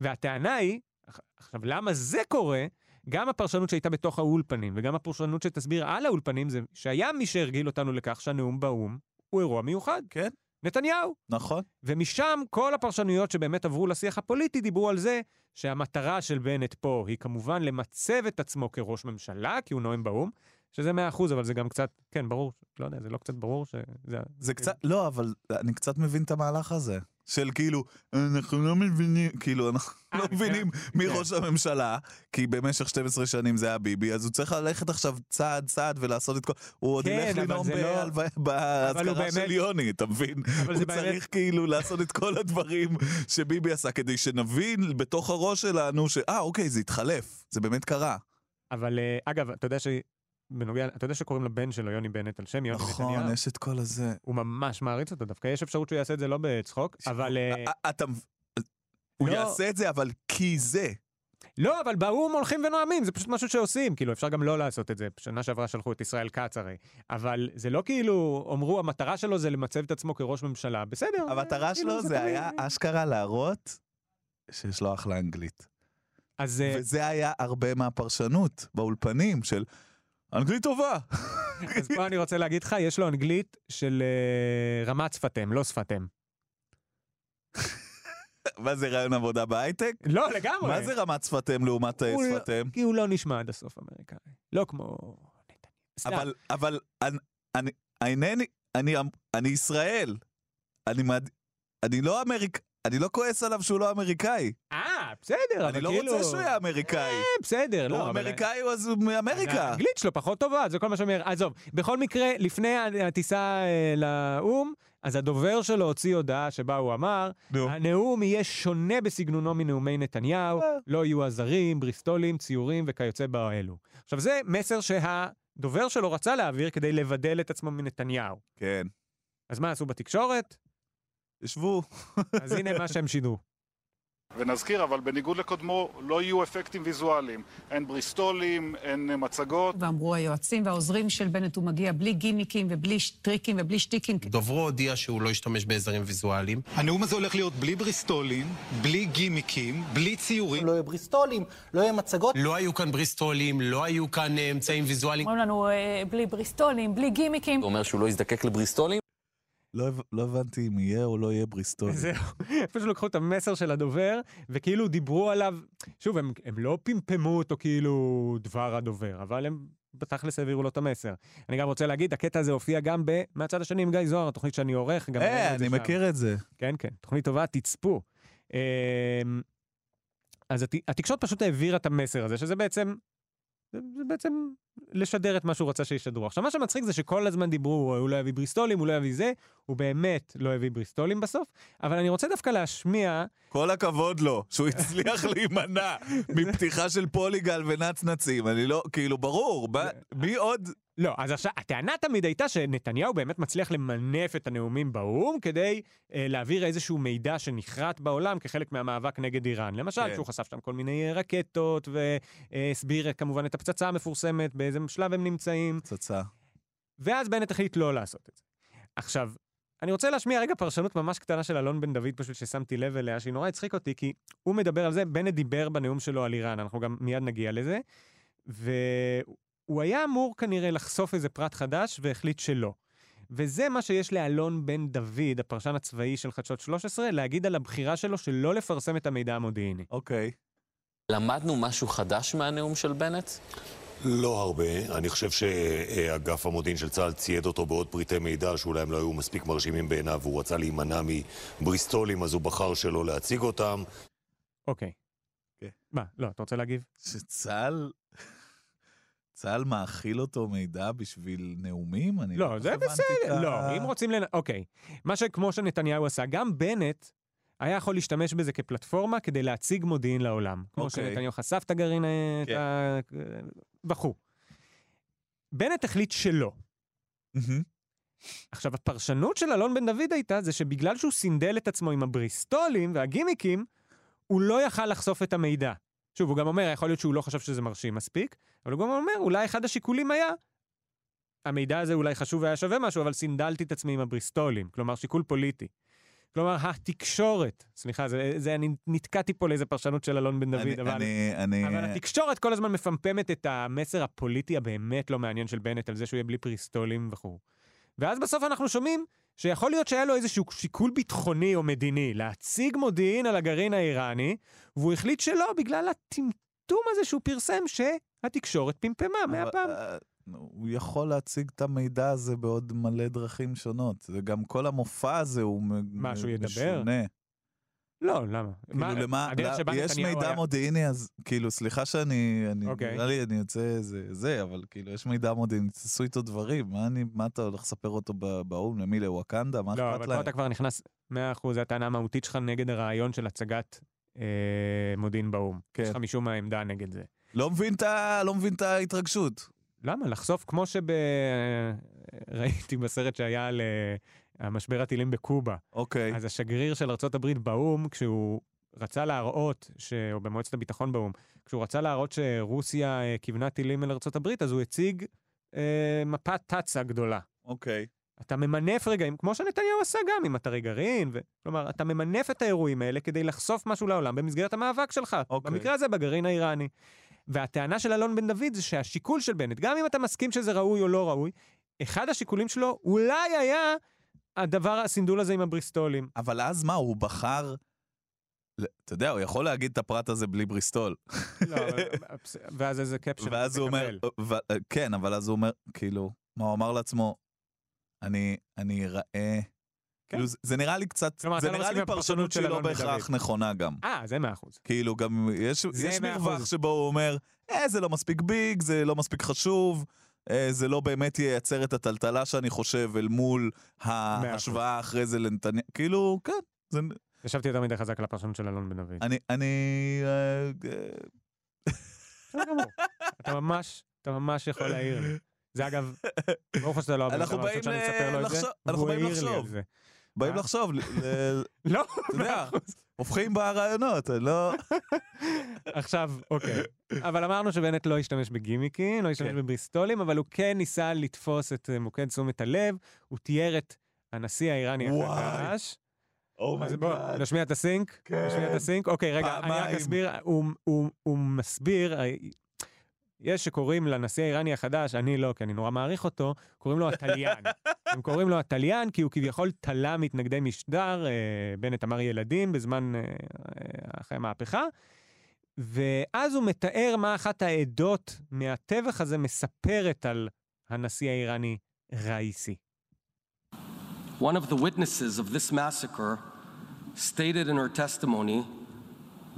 והטענה היא, אח- עכשיו, למה זה קורה? גם הפרשנות שהייתה בתוך האולפנים, וגם הפרשנות שתסביר על האולפנים, זה שהיה מי שהרגיל אותנו לכך שהנאום באו"ם הוא אירוע מיוחד. כן. נתניהו. נכון. ומשם כל הפרשנויות שבאמת עברו לשיח הפוליטי דיברו על זה שהמטרה של בנט פה היא כמובן למצב את עצמו כראש ממשלה, כי הוא נואם באו"ם, שזה מאה אחוז, אבל זה גם קצת, כן, ברור, לא יודע, זה לא קצת ברור שזה... זה קצת, לא, אבל אני קצת מבין את המהלך הזה. של כאילו, אנחנו לא מבינים, כאילו, אנחנו אה, לא מבחינת- מבינים מי ראש הממשלה, כי במשך 12 שנים זה היה ביבי, אז הוא צריך ללכת עכשיו צעד צעד ולעשות את כל... הוא עוד כן, ילך אבל לנאום זה לא- בהלוויה- אבל הוא באזכרה באמת- של יוני, אתה מבין? אבל הוא זה באמת- צריך כאילו לעשות את כל הדברים שביבי עשה, כדי שנבין בתוך הראש שלנו ש... אה, אוקיי, זה התחלף, זה באמת קרה. אבל אה, אגב, אתה יודע ש... בנוגע, אתה יודע שקוראים לבן שלו יוני בנט על שם יוני נתניהו? נכון, יש את כל הזה. הוא ממש מעריץ אותו דווקא, יש אפשרות שהוא יעשה את זה לא בצחוק, אבל... אה, אה, אתה... מב- הוא לא. יעשה את זה, אבל כי זה. לא, אבל באו"ם הולכים ונואמים, זה פשוט משהו שעושים, כאילו, אפשר גם לא לעשות את זה. שנה שעברה שלחו את ישראל כץ הרי. אבל זה לא כאילו, אמרו, המטרה שלו זה למצב את עצמו כראש ממשלה, בסדר. המטרה אה, כאילו, שלו זה תמיד- היה אשכרה להראות שיש לו אחלה אנגלית. אז אה, וזה היה הרבה מהפרשנות באולפנים של אנגלית טובה. [laughs] אז פה אני רוצה להגיד לך, יש לו אנגלית של אה, רמת שפתם, לא שפתם. מה זה רעיון עבודה בהייטק? לא, לגמרי. מה זה רמת שפתם לעומת אה, הוא לא- שפתם? כי הוא לא נשמע עד הסוף אמריקאי. לא כמו... נתניהו. סתם. אבל, אבל, אני- אני, אינני, אני, אמ- אני ישראל. אני, מעד- אני לא אמריק... אני לא כועס עליו שהוא לא אמריקאי. אה, אה, בסדר, אני אבל לא כאילו... רוצה שהוא יהיה אמריקאי. אה, בסדר, לא. הוא אבל- אה, אמריקאי, אז הוא מאמריקה. האנגלית שלו פחות טובה, זה כל מה שאומר. עזוב, בכל מקרה, לפני הטיסה אה, לאו"ם, אז הדובר שלו הוציא הודעה שבה הוא אמר, נו. הנאום יהיה שונה בסגנונו מנאומי נתניהו, אה. לא יהיו עזרים, בריסטולים, ציורים וכיוצא באלו. עכשיו, זה מסר שהדובר שלו רצה להעביר כדי לבדל את עצמו מנתניהו. כן. אז מה עשו בתקשורת? ישבו. אז הנה מה שהם שינו. ונזכיר, אבל בניגוד לקודמו, לא יהיו אפקטים ויזואליים. אין בריסטולים, אין אה, מצגות. ואמרו היועצים והעוזרים של בנט, הוא מגיע בלי גימיקים ובלי ש- טריקים ובלי שטיקים. דוברו הודיע שהוא לא ישתמש בעזרים ויזואליים. הנאום הזה הולך להיות בלי בריסטולים, בלי גימיקים, בלי ציורים. לא יהיו בריסטולים, לא יהיו מצגות. לא היו כאן בריסטולים, לא היו כאן אה, אמצעים ויזואליים. אומרים לנו אה, בלי בריסטולים, בלי גימיקים. אומר שהוא לא יזדקק לבריסטולים? לא הב- לא הבנתי אם יהיה או לא יהיה בריסטול. זהו, פשוט לקחו את המסר של הדובר, וכאילו דיברו עליו, שוב, הם, הם לא פמפמו אותו כאילו דבר הדובר, אבל הם בתכלס העבירו לו את המסר. אני גם רוצה להגיד, הקטע הזה הופיע גם ב... מהצד השני עם גיא זוהר, התוכנית שאני עורך, גם אה, ראינו את זה אני שם. מכיר את זה. כן, כן, תוכנית טובה, תצפו. אמ, אז הת... התקשורת פשוט העבירה את המסר הזה, שזה בעצם, זה, זה בעצם לשדר את מה שהוא רצה שישדרו. עכשיו, מה שמצחיק זה שכל הזמן דיברו, הוא לא יביא בריסטולים, הוא לא יביא זה, הוא באמת לא יביא בריסטולים בסוף, אבל אני רוצה דווקא להשמיע, כל הכבוד לו, [laughs] שהוא הצליח להימנע מפתיחה של פוליגל ונצנצים. אני לא, כאילו, ברור, מה- מי עוד? לא, אז עכשיו, הטענה תמיד הייתה שנתניהו באמת מצליח למנף את הנאומים באו"ם כדי אה, להעביר איזשהו מידע שנחרט בעולם כחלק מהמאבק נגד איראן. למשל, כן. שהוא חשף שם כל מיני אה, רקטות, והסביר אה, כמובן את הפצצה המפורסמת, באיזה שלב הם נמצאים, פצצה. ואז בנט החליט לא לעשות את זה. עכשיו, אני רוצה להשמיע רגע פרשנות ממש קטנה של אלון בן דוד, פשוט ששמתי לב אליה, שהיא נורא הצחיק אותי, כי הוא מדבר על זה, בנט דיבר בנאום שלו על איראן, אנחנו גם מיד נגיע לזה, והוא היה אמור כנראה לחשוף איזה פרט חדש, והחליט שלא. וזה מה שיש לאלון בן דוד, הפרשן הצבאי של חדשות 13, להגיד על הבחירה שלו שלא לפרסם את המידע המודיעיני. אוקיי. למדנו משהו חדש מהנאום של בנט? לא הרבה. אני חושב שאגף המודיעין של צה"ל צייד אותו בעוד פריטי מידע שאולי הם לא היו מספיק מרשימים בעיניו, והוא רצה להימנע מבריסטולים, אז הוא בחר שלא להציג אותם. אוקיי. אוקיי. מה, לא, אתה רוצה להגיב? שצה"ל... צה"ל מאכיל אותו מידע בשביל נאומים? אני לא, כל זה כך הבנתי בסדר. את לא, ה- אם רוצים לנ... אוקיי. מה שכמו שנתניהו עשה, גם בנט היה יכול להשתמש בזה כפלטפורמה כדי להציג מודיעין לעולם. כמו אוקיי. שנתניהו חשף את הגרעין, אה, את כן. ה... וכו'. בנט החליט שלא. מהמם. עכשיו, הפרשנות של אלון בן דוד הייתה זה שבגלל שהוא סינדל את עצמו עם הבריסטולים והגימיקים, הוא לא יכל לחשוף את המידע. שוב, הוא גם אומר, יכול להיות שהוא לא חשב שזה מרשים מספיק, אבל הוא גם אומר, אולי אחד השיקולים היה, המידע הזה אולי חשוב והיה שווה משהו, אבל סינדלתי את עצמי עם הבריסטולים, כלומר, שיקול פוליטי. כלומר, התקשורת, סליחה, זה, זה אני נתקעתי פה לאיזה פרשנות של אלון בן אני- דוד, אבל... אני... אני... אבל התקשורת כל הזמן מפמפמת את המסר הפוליטי הבאמת לא מעניין של בנט על זה שהוא יהיה בלי פריסטולים וכו'. ואז בסוף אנחנו שומעים שיכול להיות שהיה לו איזשהו שיקול ביטחוני או מדיני להציג מודיעין על הגרעין האיראני, והוא החליט שלא בגלל הטמטום הזה שהוא פרסם שהתקשורת פמפמה אבל, מהפעם. אה, הוא יכול להציג את המידע הזה בעוד מלא דרכים שונות. זה גם כל המופע הזה הוא מ- מה, שהוא ידבר? משונה. לא, למה? כאילו למה, הדרך לא- שבה יש נתניהו מידע היה- מודיעיני, אז כאילו, סליחה שאני, אני, אוקיי. נראה לי אני יוצא איזה, זה, אבל כאילו, יש מידע מודיעיני, תעשו איתו דברים, מה אני, מה אתה הולך לספר אותו ב- באו"ם, למי, לוואקנדה, מה לא, אכפת אבל פה להם? אתה כבר נכנס 100% הטענה המהותית שלך נגד הרעיון של הצגת אה, מודיעין באו"ם. כן. יש לך משום מה עמדה נגד זה. לא מבין את ה... לא מבין את ההתרגשות. למה? לחשוף כמו שב... אה, ראיתי בסרט שהיה על אה, המשבר הטילים בקובה. אוקיי, אז השגריר של ארה"ב באו"ם, כשהוא רצה להראות, ש... או במועצת הביטחון באו"ם, כשהוא רצה להראות שרוסיה אה, כיוונה טילים אל ארה"ב, אז הוא הציג אה, מפת תצ"א גדולה. אוקיי. אתה ממנף רגעים, כמו שנתניהו עשה גם עם אתרי גרעין, ו... כלומר, אתה ממנף את האירועים האלה כדי לחשוף משהו לעולם במסגרת המאבק שלך. אוקיי. במקרה הזה, בגרעין האיראני. והטענה של אלון בן דוד זה שהשיקול של בנט, גם אם אתה מסכים שזה ראוי או לא ראוי, אחד השיקולים שלו אולי היה הדבר, הסינדול הזה עם הבריסטולים. אבל אז מה, הוא בחר... ל- אתה יודע, הוא יכול להגיד את הפרט הזה בלי בריסטול. [laughs] לא, אבל- ואז איזה קפשן. ואז הוא אומר, מקבל. ו- כן, כן. אבל אז הוא אומר, כאילו, מה הוא אמר לעצמו? אני, אני אראה כאילו, זה- זה נראה לי קצת, כלומר, זה אתה לא נראה מסכים לי עם הפרשנות פרשנות של שהיא לא אלון בן בהכרח דוד. נכונה גם. אה, זה מאה אחוז. כאילו, גם יש, זה יש מאה מרווח אחוז. שבו הוא אומר, אה, זה לא מספיק ביג, זה לא מספיק חשוב, אה, זה לא באמת ייצר את הטלטלה שאני חושב אל מול אחוז. ההשוואה אחרי זה לנתניה, כאילו, כן. זה, ישבתי יותר מדי חזק על הפרשנות של אלון בן דוד. אני, אני, אה, אה, בסדר גמור. אתה ממש, אתה ממש יכול להעיר לי. זה אגב, ברוך השם לא הבן אדם אנחנו הראשון שאני באים, מספר לו את זה, לחשוב- אנחנו והוא באים העיר לי על לחשוב. זה. באים אה? לחשוב, ל- ל- לא, [laughs] אתה מאה יודע, אחוז. הופכים ברעיונות, אני [laughs] לא... עכשיו, אוקיי. אבל אמרנו שבנט לא השתמש בגימיקים, לא השתמש כן. בבריסטולים, אבל הוא כן ניסה לתפוס את אה, מוקד תשומת הלב, הוא תיאר את הנשיא האיראני וואי. oh החדש. אז אומייגאד. בוא, נשמיע את הסינק? אה, כן. נשמיע את הסינק? אוקיי, רגע, אני רק פעמיים. אסביר, הוא- הוא- הוא מסביר, אה, יש שקוראים לנשיא האיראני החדש, אני לא, כי אני נורא מעריך אותו, קוראים לו התליין. הם קוראים לו התליין כי הוא כביכול תלה מתנגדי משדר, אה, בנט אמר ילדים, בזמן אה, אה, אחרי המהפכה. ואז הוא מתאר מה אחת העדות מהטבח הזה מספרת על הנשיא האיראני ראיסי. One of the witnesses of this massacre stated in her testimony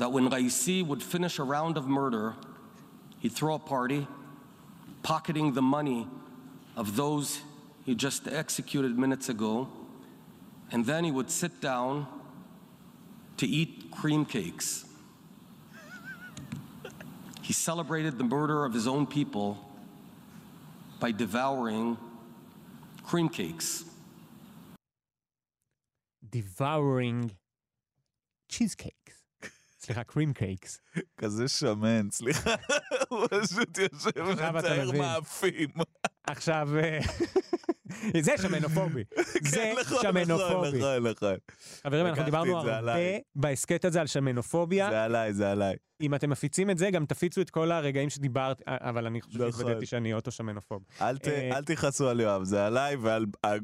that when Raisi would finish a round of murder, he'd throw a party, pocketing the money of those he just executed minutes ago, and then he would sit down to eat cream cakes. He celebrated the murder of his own people by devouring cream cakes. devouring cheesecakes. סליחה, cream cakes. כזה שמן, סליחה, [laughs] הוא פשוט יושב עכשיו אתה ומתאר מבין. מאפים. עכשיו, אה, [laughs] זה שמנופובי. זה [laughs] כן, נכון, נכון, שמנופובי. נכון, נכון. חברים, אנחנו לקחתי דיברנו את זה הרבה עליי. בהסכת הזה על שמנופוביה. זה עליי, זה עליי. אם אתם מפיצים את זה, גם תפיצו את כל הרגעים שדיברת, אה, אבל אני חושב נכון. שהתוודעתי שאני אוטו שמנופוב. אל ת- אה, אל תכעסו על יואב, זה עליי ועל ה-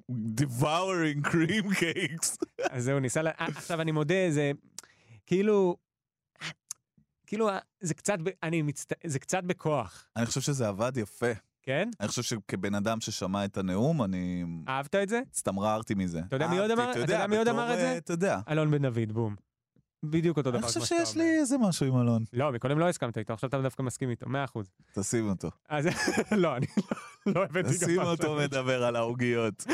devouring cream cakes. אז זהו, ניסה ל... אה, עכשיו אני מודה, זה כאילו... כאילו, אה, זה קצת, ב- אני מצט... זה קצת בכוח, אני חושב שזה עבד יפה. כן? אני חושב שכבן אדם ששמע את הנאום, אני אהבת את זה? הצטמררתי מזה. אתה יודע מי עוד אהבתי, אמר- אתה יודע מי עוד בתור, אמר את זה? אה, אתה יודע. אלון בן דוד, בום. בדיוק אותו דבר אני כמו חושב שאתה שיש אומר. לי איזה משהו עם אלון. לא, מקודם לא הסכמת איתו, עכשיו אתה דווקא מסכים איתו, מאה אחוז. תשים אותו. אז [laughs] לא, אני לא- לא הבאתי גם תשים פעם אותו שעברה. מדבר על העוגיות.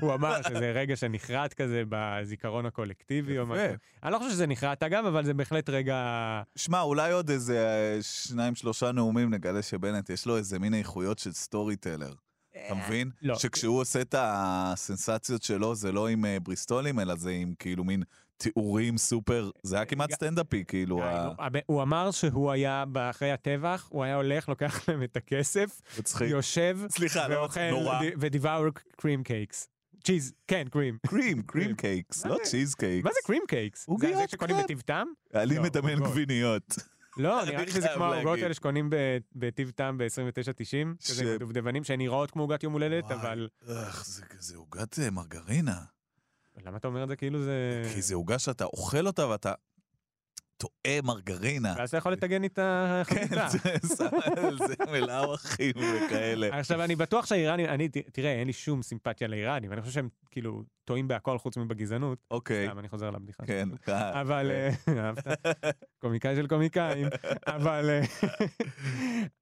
הוא אמר שזה רגע שנחרט כזה בזיכרון הקולקטיבי או יפה. משהו. אני לא חושב שזה נחרט אגב, אבל זה בהחלט רגע... שמע, אולי עוד איזה אה, שניים, שלושה נאומים נגלה שבנט יש לו איזה מין איכויות של סטורי טלר. אתה מבין? לא. שכשהוא עושה את הסנסציות שלו, זה לא עם אה, בריסטולים, אלא זה עם כאילו מין תיאורים סופר, זה היה כמעט ג- סטנדאפי, כאילו, אה, ה- נו, הב- הוא אמר שהוא היה אחרי הטבח, הוא היה הולך, לוקח להם את הכסף, מצחיק. יושב, סליחה, לא, ואוכל, נורא. ודיוור קרים קייקס. צ'יז, כן, קרים. קרים, קרים. קרים קייקס, מה [laughs] לא זה? צ'יז קייקס. מה זה קרים קייקס? זה עוגיות הזה שקונים קרם. בטבעתם? אני לא, מדמיין עוגות. גביניות. לא, אני נראה לי שזה חייב כמו העוגות להגיד. האלה שקונים ב- בטיב טעם ב-29.90, ש- כזה עם הדובדבנים שהן נראות כמו עוגת יום הולדת, וואי, אבל... איך, זה כזה עוגת אה, מרגרינה. למה אתה אומר את זה כאילו זה... כי זה עוגה שאתה אוכל אותה ואתה טועה מרגרינה. ואז אתה יכול לטגן איתה חביתה. כן, זה- שם על זה מלאווחים וכאלה. [laughs] עכשיו, אני בטוח שהאיראנים, אני, ת- תראה, אין לי שום סימפתיה לאיראנים, אני חושב שהם כאילו טועים בהכל חוץ מבגזענות. אוקיי, סתם, אני חוזר לבדיחה. כן. אה, אבל, אה, אה, [laughs] אהבת? קומיקאי של קומיקאים, אבל, אה, [laughs]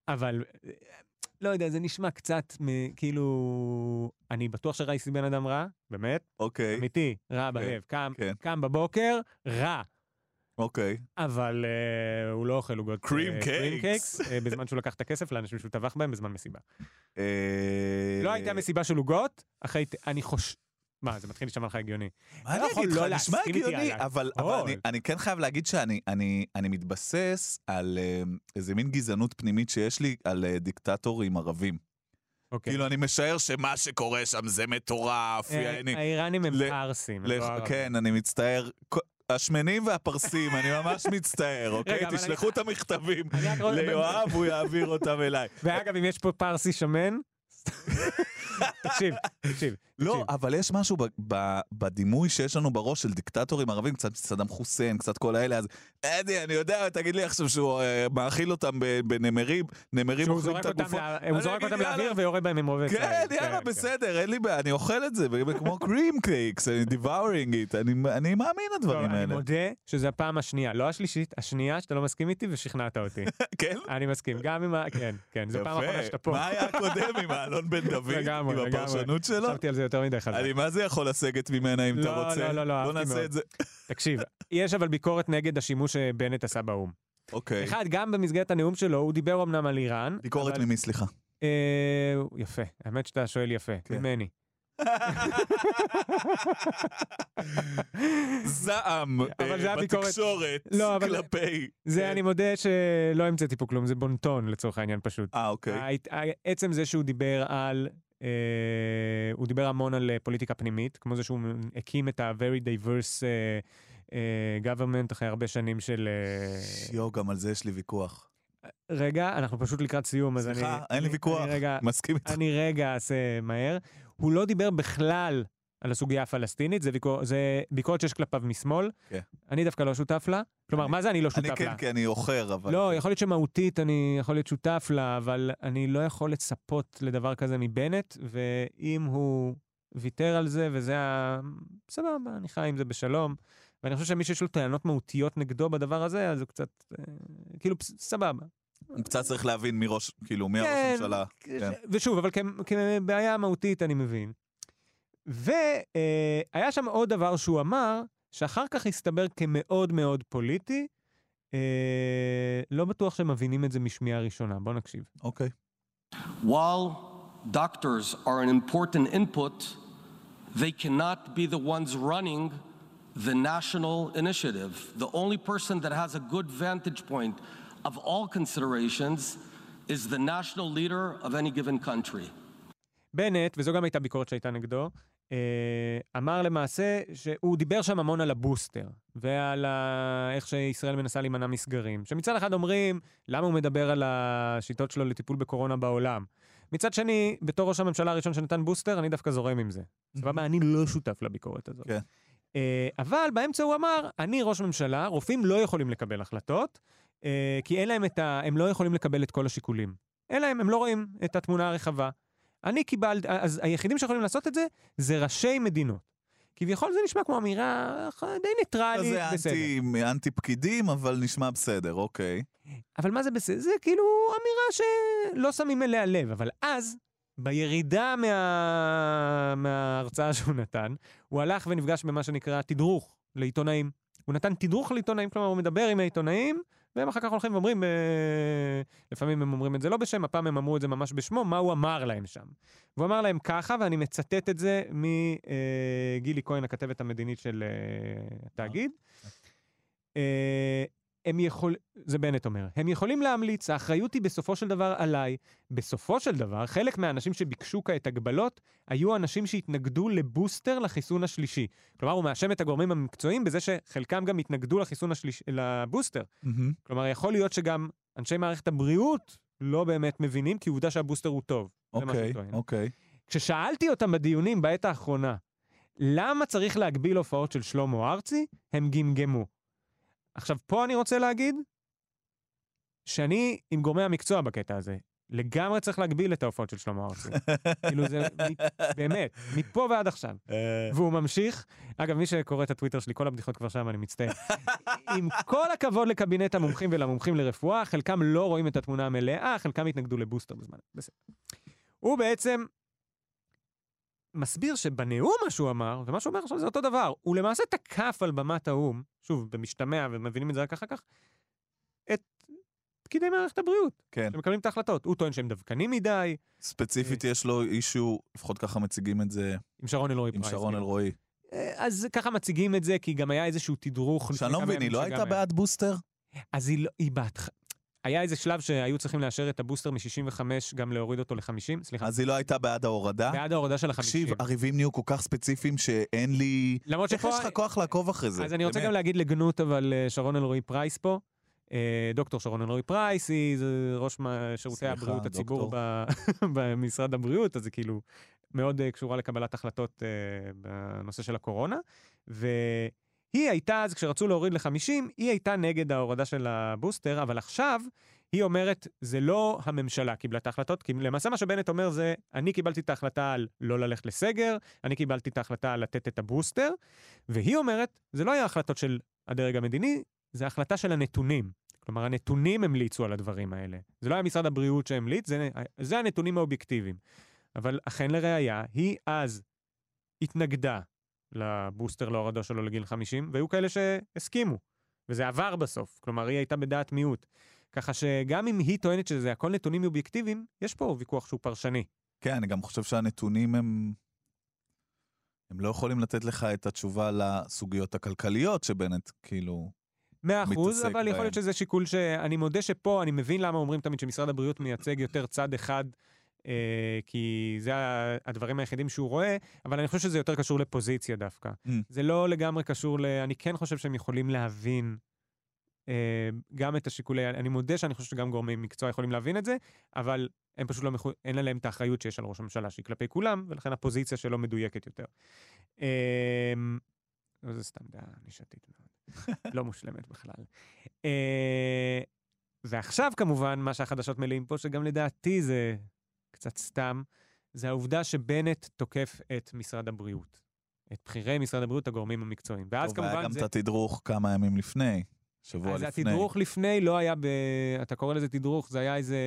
אבל, אה, לא יודע, זה נשמע קצת מ- כאילו, אני בטוח שראיסי בן אדם רע, באמת, אוקיי, אמיתי, רע בלב, קם, כן. קם בבוקר, רע, אוקיי. אבל אה, הוא לא אוכל עוגות Cream אה, cream cakes. cakes, אה, בזמן שהוא לקח את הכסף לאנשים שהוא טבח בהם בזמן מסיבה. אה, לא הייתה מסיבה של עוגות, אחרי, אני חוש... מה, זה מתחיל להישמע לך הגיוני. מה לא אני יכול אגיד לך, לא נשמע להסכים איתי הגיוני, עליי. אבל אבל אוי. אני- אני כן חייב להגיד שאני אני- אני מתבסס על אה, איזה מין גזענות פנימית שיש לי על אה, דיקטטורים ערבים. אוקיי. כאילו, אני משער שמה שקורה שם זה מטורף, אה, יעני. האיראנים הם ל- פרסים, הם לך- לא ערבים. כן, אני מצטער. כל- השמנים והפרסים, אני ממש מצטער, [laughs] אוקיי? אבל אני- תשלחו את המכתבים אני רק רוצה- [laughs] ליואב, הוא יעביר אותם אליי. ואגב, אם יש פה פרסי שמן, [laughs] תקשיב, תקשיב. לא, אבל יש משהו ב- ב- בדימוי שיש לנו בראש של דיקטטורים ערבים, קצת סדאם חוסיין, קצת כל האלה, אז אדי, אני יודע, תגיד לי עכשיו שהוא אה, מאכיל אותם ב- בנמרים, נמרים שהוא אוכלים זורק את אותם הגופות. לה- אני הוא זורק אגיד, אותם "יאללה, לאוויר ויורה בהם עם רובה צה"ל. כן, יאללה, כן. בסדר, אין לי בעיה, אני אוכל את זה, כמו קרים קייקס, אני devouring it, אני- אני מאמין לדברים טוב, האלה. לא, אני מודה שזו הפעם השנייה, לא השלישית, השנייה שאתה לא מסכים איתי ושכנעת [laughs] אותי. כן? אני מסכים, גם עם ה... כן, כן, זו פעם יפה. אחרונה שאתה פה. מה היה הקודם עם האלון בן דוד? לגמרי, עם לגמרי. הפרשנות שלו? חשבתי על זה יותר מדי חזק. אני מה זה יכול לסגת ממנה אם אתה לא, לא, רוצה? לא, לא, בוא אהבתי נעשה מאוד. את זה. [laughs] תקשיב, יש אבל ביקורת נגד השימוש שבנט עשה באו"ם. אוקיי. אחד, גם במסגרת הנאום שלו, הוא דיבר אמנם על איראן. ביקורת אבל- ממי, [laughs] סליחה. אה, יפה, האמת שאתה שואל יפה, כן. ממני. זעם אבל זה אה, הביקורת. בתקשורת לא, אבל- כלפי... זה, אני מודה שלא המצאתי פה כלום, זה בונטון לצורך העניין פשוט. אה, אוקיי. ההת- ה- עצם זה שהוא דיבר על, אה, הוא דיבר המון על אה, פוליטיקה פנימית, כמו זה שהוא הקים את ה-very diverse אה, אה, government אחרי הרבה שנים של... אה, יואו, גם על זה יש לי ויכוח. רגע, אנחנו פשוט לקראת סיום, אז אני... סליחה, אין לי אני- ויכוח. אני רגע, מסכים איתך. אני רגע אעשה מהר. הוא לא דיבר בכלל על הסוגיה הפלסטינית, זה, ביקור, זה ביקורת שיש כלפיו משמאל. כן. אני דווקא לא שותף לה. כלומר, מה זה אני לא שותף אני לה? כן, כי אני אוכר, אבל... לא, יכול להיות שמהותית אני יכול להיות שותף לה, אבל אני לא יכול לצפות לדבר כזה מבנט, ואם הוא ויתר על זה, וזה ה... סבבה, אני חי עם זה בשלום. ואני חושב שמי שיש לו טענות מהותיות נגדו בדבר הזה, אז הוא קצת... אה, כאילו, פס- סבבה. קצת צריך להבין מי ראש, כאילו, מי הראש הממשלה. כן. ש- ושוב, אבל כ- כבעיה מהותית אני מבין. והיה שם עוד דבר שהוא אמר, שאחר כך הסתבר כמאוד מאוד פוליטי. אה, לא בטוח שמבינים את זה משמיעה ראשונה, בואו נקשיב. אוקיי. While doctors are an important input, they cannot be the ones running the national initiative. The only person that has a good vantage point of all considerations is the national leader of any given country. בנט, וזו גם הייתה ביקורת שהייתה נגדו, אה, אמר למעשה שהוא דיבר שם המון על הבוסטר, ועל ה... איך שישראל מנסה להימנע מסגרים. שמצד אחד אומרים, למה הוא מדבר על השיטות שלו לטיפול בקורונה בעולם? מצד שני, בתור ראש הממשלה הראשון שנתן בוסטר, אני דווקא זורם עם זה. סבבה, אני לא שותף לביקורת הזאת. כן. אה, אבל באמצע הוא אמר, אני ראש ממשלה, רופאים לא יכולים לקבל החלטות, אה, כי אין להם את ה... הם לא יכולים לקבל את כל השיקולים. אין להם, הם לא רואים את התמונה הרחבה. אני קיבלתי, אז היחידים שיכולים לעשות את זה, זה ראשי מדינות. כביכול זה נשמע כמו אמירה אה, די ניטרלית, לא, זה בסדר. אנטי- אנטי פקידים, אבל נשמע בסדר, אוקיי. אבל מה זה בסדר? זה כאילו אמירה שלא שמים אליה לב, אבל אז, בירידה מה... מההרצאה שהוא נתן, הוא הלך ונפגש במה שנקרא תדרוך לעיתונאים. הוא נתן תדרוך לעיתונאים, כלומר הוא מדבר עם העיתונאים, והם אחר כך הולכים ואומרים, אה, לפעמים הם אומרים את זה לא בשם, הפעם הם אמרו את זה ממש בשמו, מה הוא אמר להם שם. והוא אמר להם ככה, ואני מצטט את זה מגילי כהן, הכתבת המדינית של אה, התאגיד. אה, הם יכול... זה בנט אומר, הם יכולים להמליץ, האחריות היא בסופו של דבר עליי. בסופו של דבר, חלק מהאנשים שביקשו כעת הגבלות, היו אנשים שהתנגדו לבוסטר לחיסון השלישי. כלומר, הוא מאשם את הגורמים המקצועיים בזה שחלקם גם התנגדו לחיסון השלישי, לבוסטר. מהמם. כלומר, יכול להיות שגם אנשי מערכת הבריאות לא באמת מבינים, כי עובדה שהבוסטר הוא טוב. זה מה שהוא אוקיי, טוען. אוקיי. כששאלתי אותם בדיונים בעת האחרונה, למה צריך להגביל הופעות של שלמה ארצי, הם גמגמו. עכשיו, פה אני רוצה להגיד שאני עם גורמי המקצוע בקטע הזה. לגמרי צריך להגביל את ההופעות של שלמה ארצי. כאילו [laughs] זה, מ- באמת, מפה ועד עכשיו. והוא ממשיך, אגב, מי שקורא את הטוויטר שלי, כל הבדיחות כבר שם, אני מצטער. עם כל הכבוד לקבינט המומחים ולמומחים לרפואה, חלקם לא רואים את התמונה המלאה, חלקם התנגדו לבוסטר בזמן. בסדר. הוא בעצם מסביר שבנאום מה שהוא אמר, ומה שהוא אומר עכשיו זה אותו דבר. הוא למעשה תקף על במת האו"ם, שוב, במשתמע, ומבינים את זה רק אחר כך, את פקידי מערכת הבריאות, כן. שמקבלים את ההחלטות. הוא טוען שהם דווקנים מדי, ספציפית יש לו אישו, לפחות ככה מציגים את זה, עם שרון אלרועי עם פרייס. שרון כן. אלרועי. אה, אז ככה מציגים את זה, כי גם היה איזשהו תדרוך. לפני שאני לא כמה מבין, היא ימים לא שגם הייתה היה. בעד בוסטר? אז היא לא, היא בהתחלה. היה איזה שלב שהיו צריכים לאשר את הבוסטר מ-65, גם להוריד אותו ל-50, סליחה, אז היא לא הייתה בעד ההורדה? בעד ההורדה של תקשיב, ה-50. הריבים נהיו כל כך ספציפיים שאין לי... למרות איך שפה- יש לך כוח לעקוב אחרי זה? אז אני רוצה באמת. גם להגיד לגנות, אבל אה, שרון אלרועי פרייס פה, אה, אה, דוקטור שרון אלרועי פרייס, היא זו ראש מה- שירותי סליחה, הבריאות הציבור דוקטור. ב- [laughs] במשרד הבריאות, אז היא כאילו מאוד אה, קשורה לקבלת החלטות אה, בנושא של הקורונה. והיא הייתה, אז כשרצו להוריד ל-50, היא הייתה נגד ההורדה של הבוסטר, אבל עכשיו היא אומרת, זה לא הממשלה קיבלה את ההחלטות, כי למעשה מה שבנט אומר זה, אני קיבלתי את ההחלטה על לא ללכת לסגר, אני קיבלתי את ההחלטה על לתת את הבוסטר, והיא אומרת, זה לא היה החלטות של הדרג המדיני, זה החלטה של הנתונים. כלומר, הנתונים המליצו על הדברים האלה. זה לא היה משרד הבריאות שהמליץ, זה, זה הנתונים האובייקטיביים. אבל אכן לראיה, היא אז התנגדה לבוסטר להורדה שלו לגיל 50, והיו כאלה שהסכימו, וזה עבר בסוף. כלומר, היא הייתה בדעת מיעוט. ככה שגם אם היא טוענת שזה הכל נתונים אובייקטיביים, יש פה ויכוח שהוא פרשני. כן, אני גם חושב שהנתונים הם... הם לא יכולים לתת לך את התשובה לסוגיות הכלכליות שבנט, כאילו... מאה אחוז, מתעסק אבל יכול בהם. להיות שזה שיקול שאני מודה שפה, אני מבין למה אומרים תמיד שמשרד הבריאות מייצג יותר צד אחד, אה, כי זה ה- הדברים היחידים שהוא רואה, אבל אני חושב שזה יותר קשור לפוזיציה דווקא. Mm. זה לא לגמרי קשור ל... אני כן חושב שהם יכולים להבין אה, גם את השיקולי... אני מודה שאני חושב שגם גורמי מקצוע יכולים להבין את זה, אבל הם פשוט לא מחו... אין עליהם את האחריות שיש על ראש הממשלה, שהיא כלפי כולם, ולכן הפוזיציה שלו מדויקת יותר. אה, לא, זו סתם דעה נישתית מאוד. [laughs] לא מושלמת בכלל. אה, ועכשיו כמובן, מה שהחדשות מלאים פה, שגם לדעתי זה קצת סתם, זה העובדה שבנט תוקף את משרד הבריאות. את בכירי משרד הבריאות, הגורמים המקצועיים. ואז טוב, היה כמובן גם זה... את התדרוך כמה ימים לפני, שבוע אז לפני. התדרוך לפני לא היה ב... אתה קורא לזה תדרוך, זה היה איזה...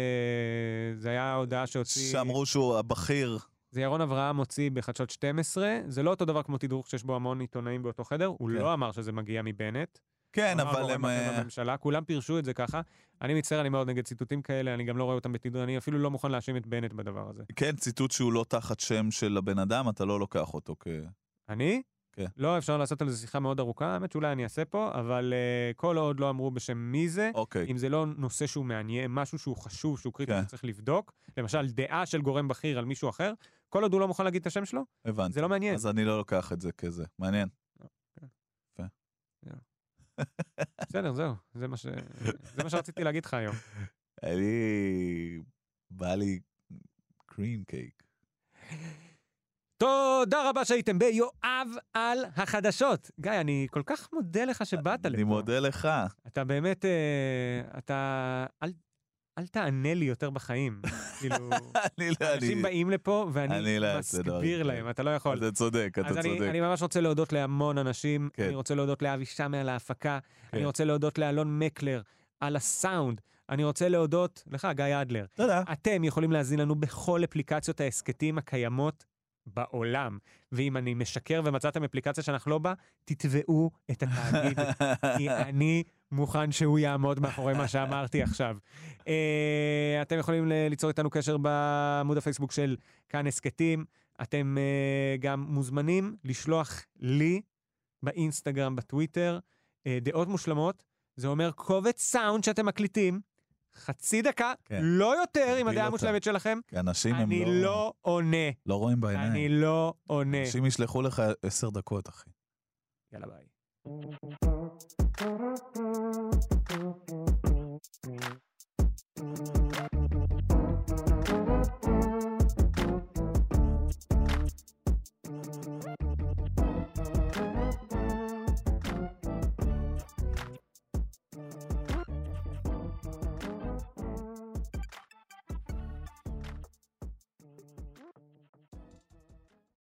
זה היה הודעה שהוציא... שאמרו שהוא הבכיר. זה ירון אברהם הוציא בחדשות 12, זה לא אותו דבר כמו תדרוך שיש בו המון עיתונאים באותו חדר, הוא כן. לא אמר שזה מגיע מבנט. כן, אמר אבל גורם הם... אחר אה, בממשלה, כולם פירשו את זה ככה. אני מצטער, אני מאוד נגד ציטוטים כאלה, אני גם לא רואה אותם בתדרוך, אני אפילו לא מוכן להאשים את בנט בדבר הזה. כן, ציטוט שהוא לא תחת שם של הבן אדם, אתה לא לוקח אותו כ... אני? כן. לא, אפשר לעשות על זה שיחה מאוד ארוכה, האמת שאולי אני אעשה פה, אבל אה, כל עוד לא אמרו בשם מי זה, אוקיי. אם זה לא נושא שהוא מעניין, משהו שהוא חשוב, שהוא קריטי, כן. שצריך לבדוק, למשל דעה של גורם בכיר על מישהו אחר, כל עוד הוא לא מוכן להגיד את השם שלו, הבנתי. זה לא מעניין. אז אני לא לוקח את זה כזה. מעניין. בסדר, זהו, זה מה ש- זה מה שרציתי להגיד לך היום. אני... בא לי קרים קייק. תודה רבה שהייתם ביואב על החדשות. גיא, אני כל כך מודה לך שבאת לפה. אני מודה לך. [laughs] אתה באמת, אה, אתה... אל- אל תענה לי יותר [laughs] בחיים. כאילו, אני לא... אנשים אני... באים לפה אני ואני לא אעשה מסביר דברים להם, כאלה. אתה לא יכול. אתה צודק, אתה אז אני, צודק. אני ממש רוצה להודות להמון אנשים. כן. אני רוצה להודות לאבי שמע על ההפקה. כן. אני רוצה להודות לאלון מקלר על הסאונד. אני רוצה להודות לך, גיא אדלר. תודה. אתם יכולים להזין לנו בכל אפליקציות ההסכתים הקיימות בעולם. ואם אני משקר ומצאתם אפליקציה שאנחנו לא בה, תתבעו את התאגיד, כי אני מוכן שהוא יעמוד מאחורי מה שאמרתי עכשיו. אה, אתם יכולים ל- ליצור איתנו קשר בעמוד הפייסבוק של כאן הסכתים. אתם אה, גם מוזמנים לשלוח לי באינסטגרם, בטוויטר, אה, דעות מושלמות. זה אומר קובץ סאונד שאתם מקליטים, חצי דקה, כן. לא יותר עם תגביל הדעה אותה. המושלמת שלכם. כי [laughs] אנשים הם אני לא... לא עונה, לא רואים אני בעיניים. לא עונה. אנשים ישלחו לך עשר דקות, אחי. יאללה ביי.